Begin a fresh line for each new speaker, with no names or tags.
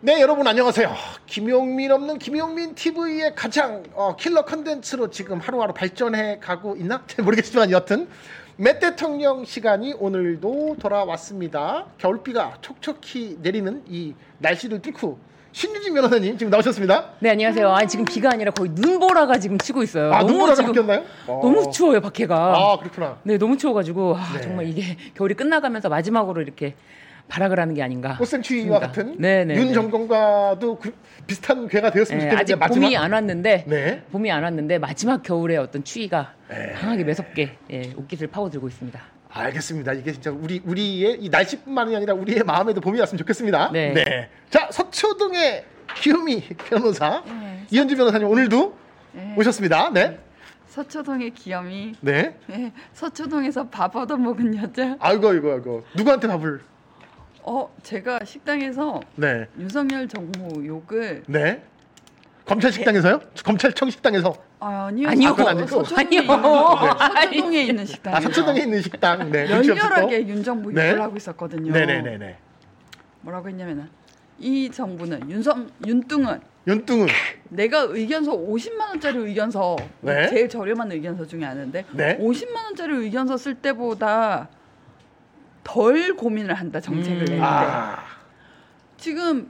네 여러분 안녕하세요. 김용민 없는 김용민 TV의 가장 어, 킬러 컨텐츠로 지금 하루하루 발전해 가고 있나 잘 모르겠지만 여튼 맷 대통령 시간이 오늘도 돌아왔습니다. 겨울비가 촉촉히 내리는 이 날씨를 뚫고 신유진 변호사님 지금 나오셨습니다.
네 안녕하세요. 아니 지금 비가 아니라 거의 눈보라가 지금 치고 있어요.
아 눈보라가 바뀌었나요? 어.
너무 추워요 밖에가.
아 그렇구나.
네 너무 추워가지고 아,
네.
정말 이게 겨울이 끝나가면서 마지막으로 이렇게 발악을 하는 게 아닌가.
꽃샘추위와
싶습니다.
같은
네, 네,
윤
네.
정권과도 그 비슷한 괴가 되었으면
네,
좋겠는데
아직 봄이 안 왔는데
네.
봄이 안 왔는데 마지막 겨울의 어떤 추위가 강하게 매섭게 예, 옷깃을 파고들고 있습니다.
알겠습니다. 이게 진짜 우리 우리의 이 날씨뿐만이 아니라 우리의 마음에도 봄이 왔으면 좋겠습니다.
네.
자 서초동의 기요미 변호사
네,
이현주 변호사님 오늘도 오셨습니다. 네.
서초동의 기염이
네.
네, 서초동에서 밥 얻어 먹은 여자.
아이고 아이고 아이고 누구한테 밥을?
어, 제가 식당에서
네.
윤석열 정부 욕을
네. 검찰
네.
식당에서요? 검찰청 식당에서
아니요,
아니요.
아, 그건 아니고.
서초동에
아니요.
있는, 서초동에 있는
아
식당에서
서초동에 있는 식당. 네. 눈치 없을
네. 열렬하게 윤 정부 욕을
네.
하고 있었거든요.
네네네네.
뭐라고 했냐면은 이 정부는 윤성 윤뚱은
연뚱은
내가 의견서 50만 원짜리 의견서
네.
제일 저렴한 의견서 중에 아는데
네.
50만 원짜리 의견서 쓸 때보다
음.
네. 덜 고민을 한다 정책을 낼 때.
아
지금